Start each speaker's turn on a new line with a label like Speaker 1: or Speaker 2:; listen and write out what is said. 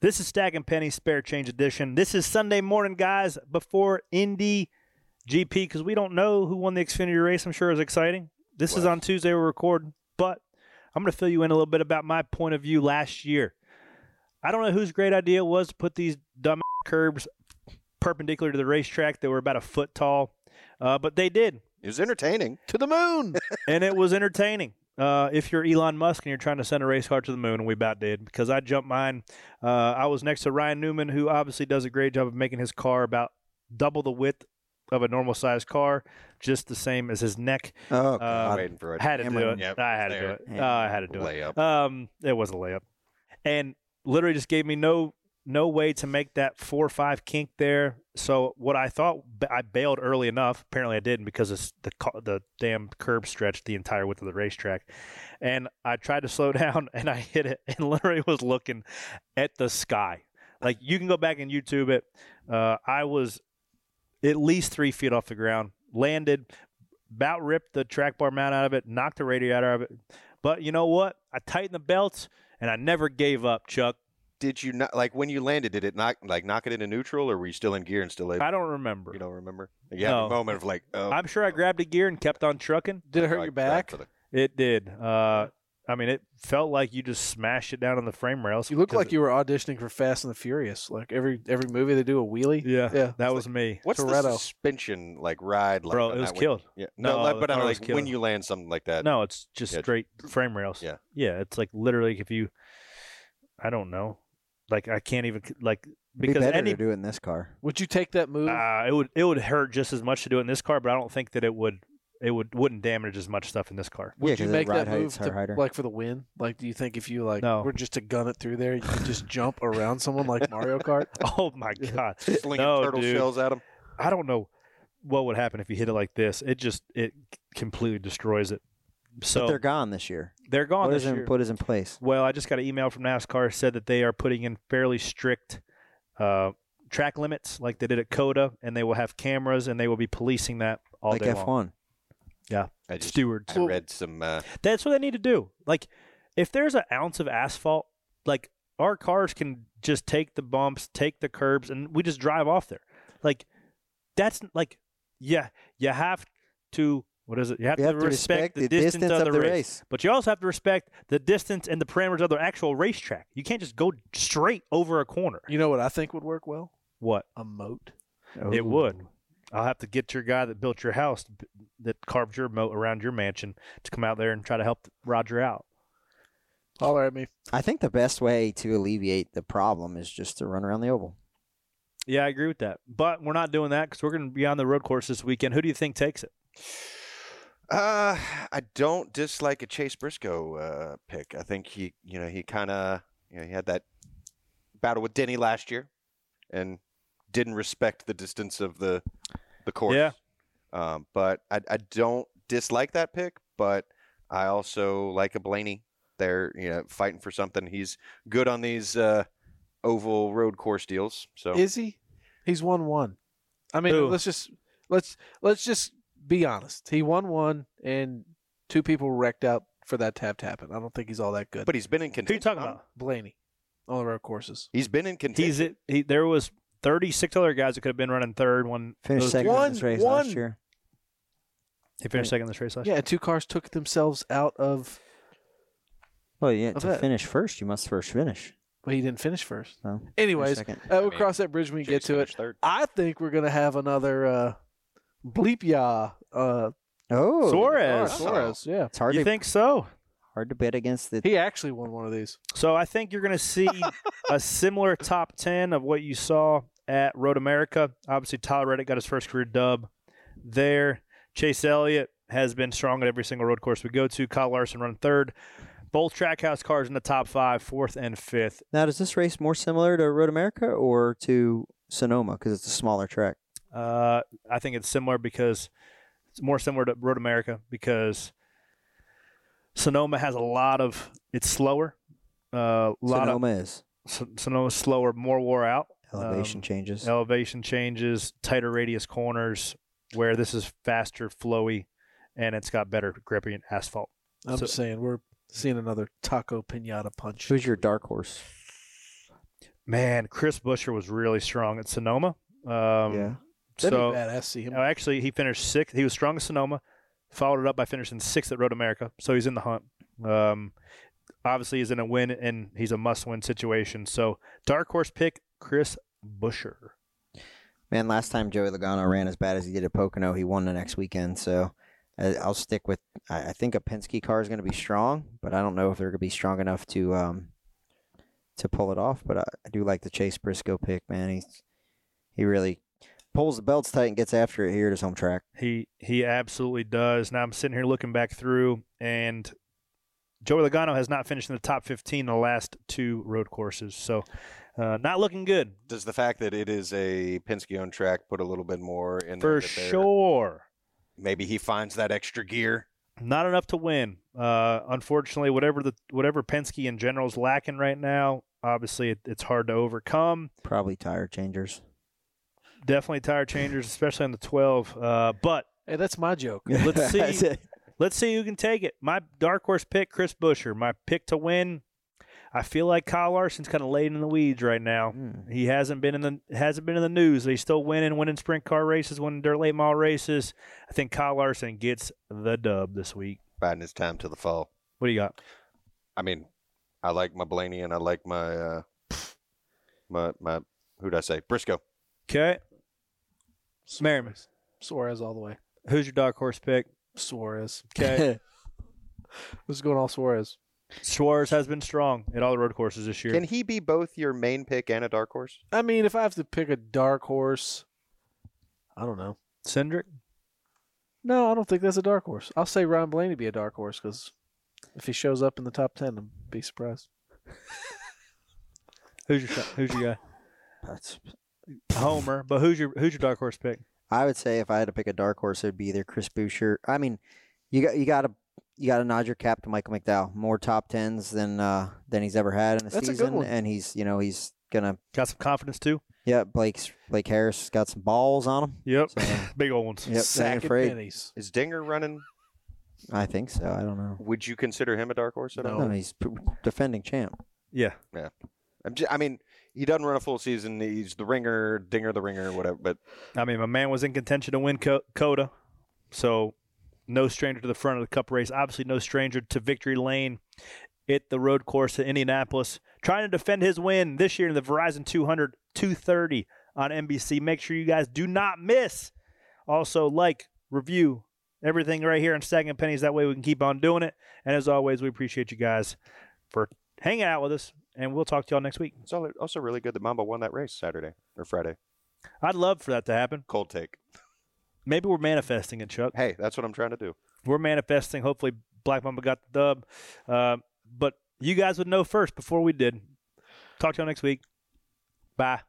Speaker 1: This is Stack and Penny Spare Change Edition. This is Sunday morning, guys, before Indy GP, because we don't know who won the Xfinity race. I'm sure it was exciting. This is
Speaker 2: Wow.
Speaker 1: on Tuesday, we're recording, but I'm going to fill you in a little bit about my point of view last year. I don't know whose great idea it was to put these dumb curbs perpendicular to the racetrack that were about a foot tall, uh, but they did
Speaker 2: It was entertaining. To the moon.
Speaker 1: and it was entertaining. Uh, if you're Elon Musk and you're trying to send a race car to the moon, and we about did because I jumped mine. Uh, I was next to Ryan Newman, who obviously does a great job of making his car about double the width of a normal sized car, just the same as his neck.
Speaker 3: Oh,
Speaker 1: Um,
Speaker 3: God.
Speaker 2: waiting for it.
Speaker 1: Had to do it.
Speaker 3: Hamlin,
Speaker 2: yep,
Speaker 1: I had to do
Speaker 2: there.
Speaker 1: it. Uh, I had to do it.
Speaker 2: Layup.
Speaker 1: Um, it was a layup, and literally just gave me no no way to make that four or five kink there. So what I thought b- I bailed early enough. Apparently I didn't because it's the ca- the damn curb stretched the entire width of the racetrack, and I tried to slow down and I hit it and literally was looking at the sky. Like you can go back and YouTube it. Uh, I was at least three feet off the ground, landed, about ripped the track bar mount out of it, knocked the radio out of it. But you know what? I tightened the belts and I never gave up, Chuck.
Speaker 2: Did you not like when you landed? Did it knock like knock it into neutral, or were you still in gear and still able?
Speaker 1: I don't remember.
Speaker 2: You don't remember? Like, you had
Speaker 1: No.
Speaker 2: a moment of like, oh,
Speaker 1: I'm sure I grabbed a gear and kept on trucking.
Speaker 3: Did it hurt
Speaker 2: like,
Speaker 3: your back?
Speaker 2: for the-
Speaker 1: It did. Uh, I mean, it felt like you just smashed it down on the frame rails.
Speaker 3: You look
Speaker 1: because
Speaker 3: like you were auditioning for Fast and the Furious. Like every every movie they do a
Speaker 1: it-
Speaker 3: wheelie.
Speaker 1: Yeah,
Speaker 3: Yeah.
Speaker 1: that was me,
Speaker 2: What's the
Speaker 3: Toretto.
Speaker 2: suspension like ride like?
Speaker 1: bro.
Speaker 2: on
Speaker 1: It was
Speaker 2: that when-
Speaker 1: killed.
Speaker 2: yeah. No,
Speaker 1: No,
Speaker 2: like, but
Speaker 1: I
Speaker 2: I'm
Speaker 1: was
Speaker 2: like when
Speaker 1: killed.
Speaker 2: you land something like that.
Speaker 1: No, it's just
Speaker 2: Yeah.
Speaker 1: straight frame rails.
Speaker 2: Yeah.
Speaker 1: yeah. It's like literally if you, I don't know, like I can't even like
Speaker 4: Be
Speaker 1: because
Speaker 4: better
Speaker 1: any
Speaker 4: to do it in this car.
Speaker 3: Would you take that move?
Speaker 1: Uh, it would it would hurt just as much to do it in this car, but I don't think that it would it would wouldn't damage as much stuff in this car.
Speaker 3: would
Speaker 4: 'cause
Speaker 3: you
Speaker 4: of
Speaker 3: make
Speaker 4: ride
Speaker 3: that
Speaker 4: heights,
Speaker 3: move
Speaker 4: her
Speaker 3: to,
Speaker 4: heighter.
Speaker 3: like for the win? Like, do you think if you like
Speaker 1: No.
Speaker 3: were just to gun it through there, you could just jump around someone like Mario Kart?
Speaker 1: Oh my god!
Speaker 2: slinging
Speaker 1: No,
Speaker 2: turtle
Speaker 1: dude.
Speaker 2: shells at them.
Speaker 1: I don't know what would happen if you hit it like this. It just it completely destroys it. So
Speaker 4: but they're
Speaker 1: they're,
Speaker 4: gone this year.
Speaker 1: gone
Speaker 4: what,
Speaker 1: this
Speaker 4: is in,
Speaker 1: year.
Speaker 4: what is in place?
Speaker 1: Well, I just got an email from NASCAR said that they are putting in fairly strict uh, track limits, like they did at Coda, and they will have cameras and they will be policing that all
Speaker 4: like
Speaker 1: day
Speaker 4: F1.
Speaker 1: long.
Speaker 2: I just
Speaker 1: Stewards.
Speaker 2: I read some. Uh,
Speaker 1: That's what they need to do. Like, if there's an ounce of asphalt, like our cars can just take the bumps, take the curbs, and we just drive off there. Like, that's like, yeah, you have to. What is it? You have,
Speaker 4: You have to respect the distance, of the race.
Speaker 1: but you also have to respect the distance and the parameters of the actual racetrack. You can't just go straight over a corner.
Speaker 3: You know what I think would work well?
Speaker 1: What?
Speaker 3: A moat.
Speaker 1: It would.
Speaker 4: Ooh.
Speaker 1: I'll have to get your guy that built your house, that carved your moat around your mansion, to come out there and try to help Roger out.
Speaker 3: Holler at me.
Speaker 4: I think the best way to alleviate the problem is just to run around the oval.
Speaker 1: Yeah, I agree with that. But we're not doing that because we're going to be on the road course this weekend. Who do you think takes it?
Speaker 2: uh, I don't dislike a Chase Briscoe uh, pick. I think he, you know, he kind of, you know, he had that battle with Denny last year, and didn't respect the distance of the the course.
Speaker 1: Yeah.
Speaker 2: Um, but I, I don't dislike that pick, but I also like a Blaney. They're you know fighting for something. He's good on these uh, oval road course deals. So
Speaker 3: Is he? He's won one. I mean,
Speaker 1: Who?
Speaker 3: let's just let's let's just be honest. He won one, and two people wrecked out for that tap tapping. I don't think he's all that good.
Speaker 2: but he's been in contention.
Speaker 1: Who you talking
Speaker 2: Tom.
Speaker 1: about?
Speaker 3: Blaney on the road courses.
Speaker 2: He's been in contention.
Speaker 1: He's it. He, there was thirty six other guys that could have been running third. One
Speaker 4: Finished
Speaker 1: those-
Speaker 4: second
Speaker 3: One-
Speaker 4: in this race
Speaker 3: one-
Speaker 4: last year.
Speaker 1: He finished second in this race last year.
Speaker 3: Yeah, two cars took themselves out of.
Speaker 4: Well, yeah,
Speaker 3: Of
Speaker 4: to
Speaker 3: it.
Speaker 4: finish first, you must first finish.
Speaker 3: But he didn't finish first.
Speaker 4: No. finish
Speaker 3: Anyways, uh,
Speaker 4: second.
Speaker 3: we'll
Speaker 2: mean,
Speaker 3: cross that bridge when we get
Speaker 2: Chase
Speaker 3: to it.
Speaker 2: finished Third.
Speaker 3: I think we're gonna have another uh, bleep ya uh,
Speaker 4: Oh,
Speaker 1: Suarez.
Speaker 2: Oh.
Speaker 3: Suarez. Yeah,
Speaker 4: It's hard
Speaker 1: You
Speaker 4: to
Speaker 1: think so?
Speaker 4: hard to bet against the
Speaker 3: he actually won one of these.
Speaker 1: So I think you're going to see a similar top ten of what you saw at Road America. Obviously, Tyler Reddick got his first career dub there. Chase Elliott has been strong at every single road course we go to. Kyle Larson running third. Both Trackhouse cars in the top five, fourth and fifth.
Speaker 4: Now, does this race more similar to Road America or to Sonoma because it's a smaller track?
Speaker 1: Uh, I think it's similar because it's more similar to Road America because Sonoma has a lot of it's slower, a uh, lot
Speaker 4: Sonoma is
Speaker 1: of Son- Sonoma's slower, more wore out.
Speaker 4: elevation
Speaker 1: um,
Speaker 4: changes.
Speaker 1: Elevation changes, tighter radius corners, where this is faster, flowy, and it's got better gripping asphalt.
Speaker 3: I'm
Speaker 1: So-
Speaker 3: saying we're seeing another taco pinata punch.
Speaker 4: Who's your dark horse?
Speaker 1: Man, Chris Busher was really strong at Sonoma. Um,
Speaker 4: yeah.
Speaker 3: That'd
Speaker 1: so
Speaker 3: be badass. to See him.
Speaker 1: no, actually, he finished sixth. He was strong at Sonoma, followed it up by finishing sixth at Road America. So he's in the hunt. Um, obviously, he's in a win and he's a must-win situation. So dark horse pick Chris Busher.
Speaker 4: Man, last time Joey Logano ran as bad as he did at Pocono, he won the next weekend. So I- I'll stick with. I I think a Penske car is going to be strong, but I don't know if they're going to be strong enough to um to pull it off. But I, I do like the Chase Briscoe pick, man. He's he really pulls the belts tight and gets after it here at his home track.
Speaker 1: He he absolutely does. Now I'm sitting here looking back through, and Joey Logano has not finished in the top 15 in the last two road courses. So uh, not looking good
Speaker 2: Does the fact that it is a Penske owned track put a little bit more in there
Speaker 1: for
Speaker 2: that they're-
Speaker 1: sure.
Speaker 2: Maybe he finds that extra gear.
Speaker 1: not enough to win. Uh, unfortunately, whatever the whatever Penske in general is lacking right now, obviously it, it's hard to overcome.
Speaker 4: Probably tire changers.
Speaker 1: Definitely tire changers, especially on the twelve. Uh, but
Speaker 3: Hey, that's my joke.
Speaker 1: Let's see.
Speaker 4: That's it.
Speaker 1: let's see who can take it. My dark horse pick, Chris Busher. My pick to win. I feel like Kyle Larson's kind of laid in the weeds right now.
Speaker 4: Hmm.
Speaker 1: He hasn't been in the hasn't been in the news. but He's still winning, winning sprint car races, winning dirt late mile races. I think Kyle Larson gets the dub this week.
Speaker 2: Biding his time to the fall.
Speaker 1: What do you got?
Speaker 2: I mean, I like my Blaney and I like my uh, my my who'd I say Briscoe.
Speaker 1: Okay, Merriman.
Speaker 3: Suarez all the way.
Speaker 1: Who's your dark horse pick?
Speaker 3: Suarez.
Speaker 1: Okay.
Speaker 3: What's going on, Suarez?
Speaker 1: Suarez has been strong at all the road courses this year.
Speaker 2: Can he be both your main pick and a dark horse?
Speaker 3: I mean, if I have to pick a dark horse, I don't know.
Speaker 1: Cindric?
Speaker 3: No, I don't think that's a dark horse. I'll say Ron Blaney be a dark horse because if he shows up in the top ten, I'd be surprised.
Speaker 1: Who's your shot- who's your
Speaker 4: That's-
Speaker 1: guy? Homer, but who's your who's your dark horse pick?
Speaker 4: I would say if I had to pick a dark horse, it would be either Chris Boucher. I mean, you got you got to you got to nod your cap to Michael McDowell. More top tens than uh, than he's ever had in a
Speaker 3: That's a good
Speaker 4: season,
Speaker 3: one.
Speaker 4: and he's you know he's gonna
Speaker 1: Got some confidence too.
Speaker 4: yeah. Blake's Blake Harris got some balls on him.
Speaker 1: Yep,
Speaker 4: So, yep,
Speaker 1: big old ones.
Speaker 4: they ain't
Speaker 3: Sack and
Speaker 4: afraid.
Speaker 3: pennies.
Speaker 2: Is Dinger running?
Speaker 4: I think so. I don't know.
Speaker 2: Would you consider him a dark horse at all?
Speaker 4: No, he's p- defending champ.
Speaker 1: Yeah,
Speaker 2: I'm ju- I mean, he doesn't run a full season. He's the ringer, Dinger, the ringer, whatever. But
Speaker 1: I mean, my man was in contention to win Co- Coda, so no stranger to the front of the Cup race. Obviously, no stranger to victory lane at the road course at Indianapolis, trying to defend his win this year in the Verizon 200 230 on NBC. Make sure you guys do not miss. Also, like, review everything right here on Stacking Pennies. That way we can keep on doing it. And as always, we appreciate you guys for hanging out with us, and we'll talk to y'all next week.
Speaker 2: it's al- also really good that Mamba won that race Saturday or Friday.
Speaker 1: I'd love for that to happen.
Speaker 2: Cold take.
Speaker 1: Maybe we're manifesting it, Chuck.
Speaker 2: Hey, that's what I'm trying to do.
Speaker 1: we're manifesting. Hopefully, Black Mamba got the dub. Uh, but you guys would know first before we did. Talk to y'all next week. Bye.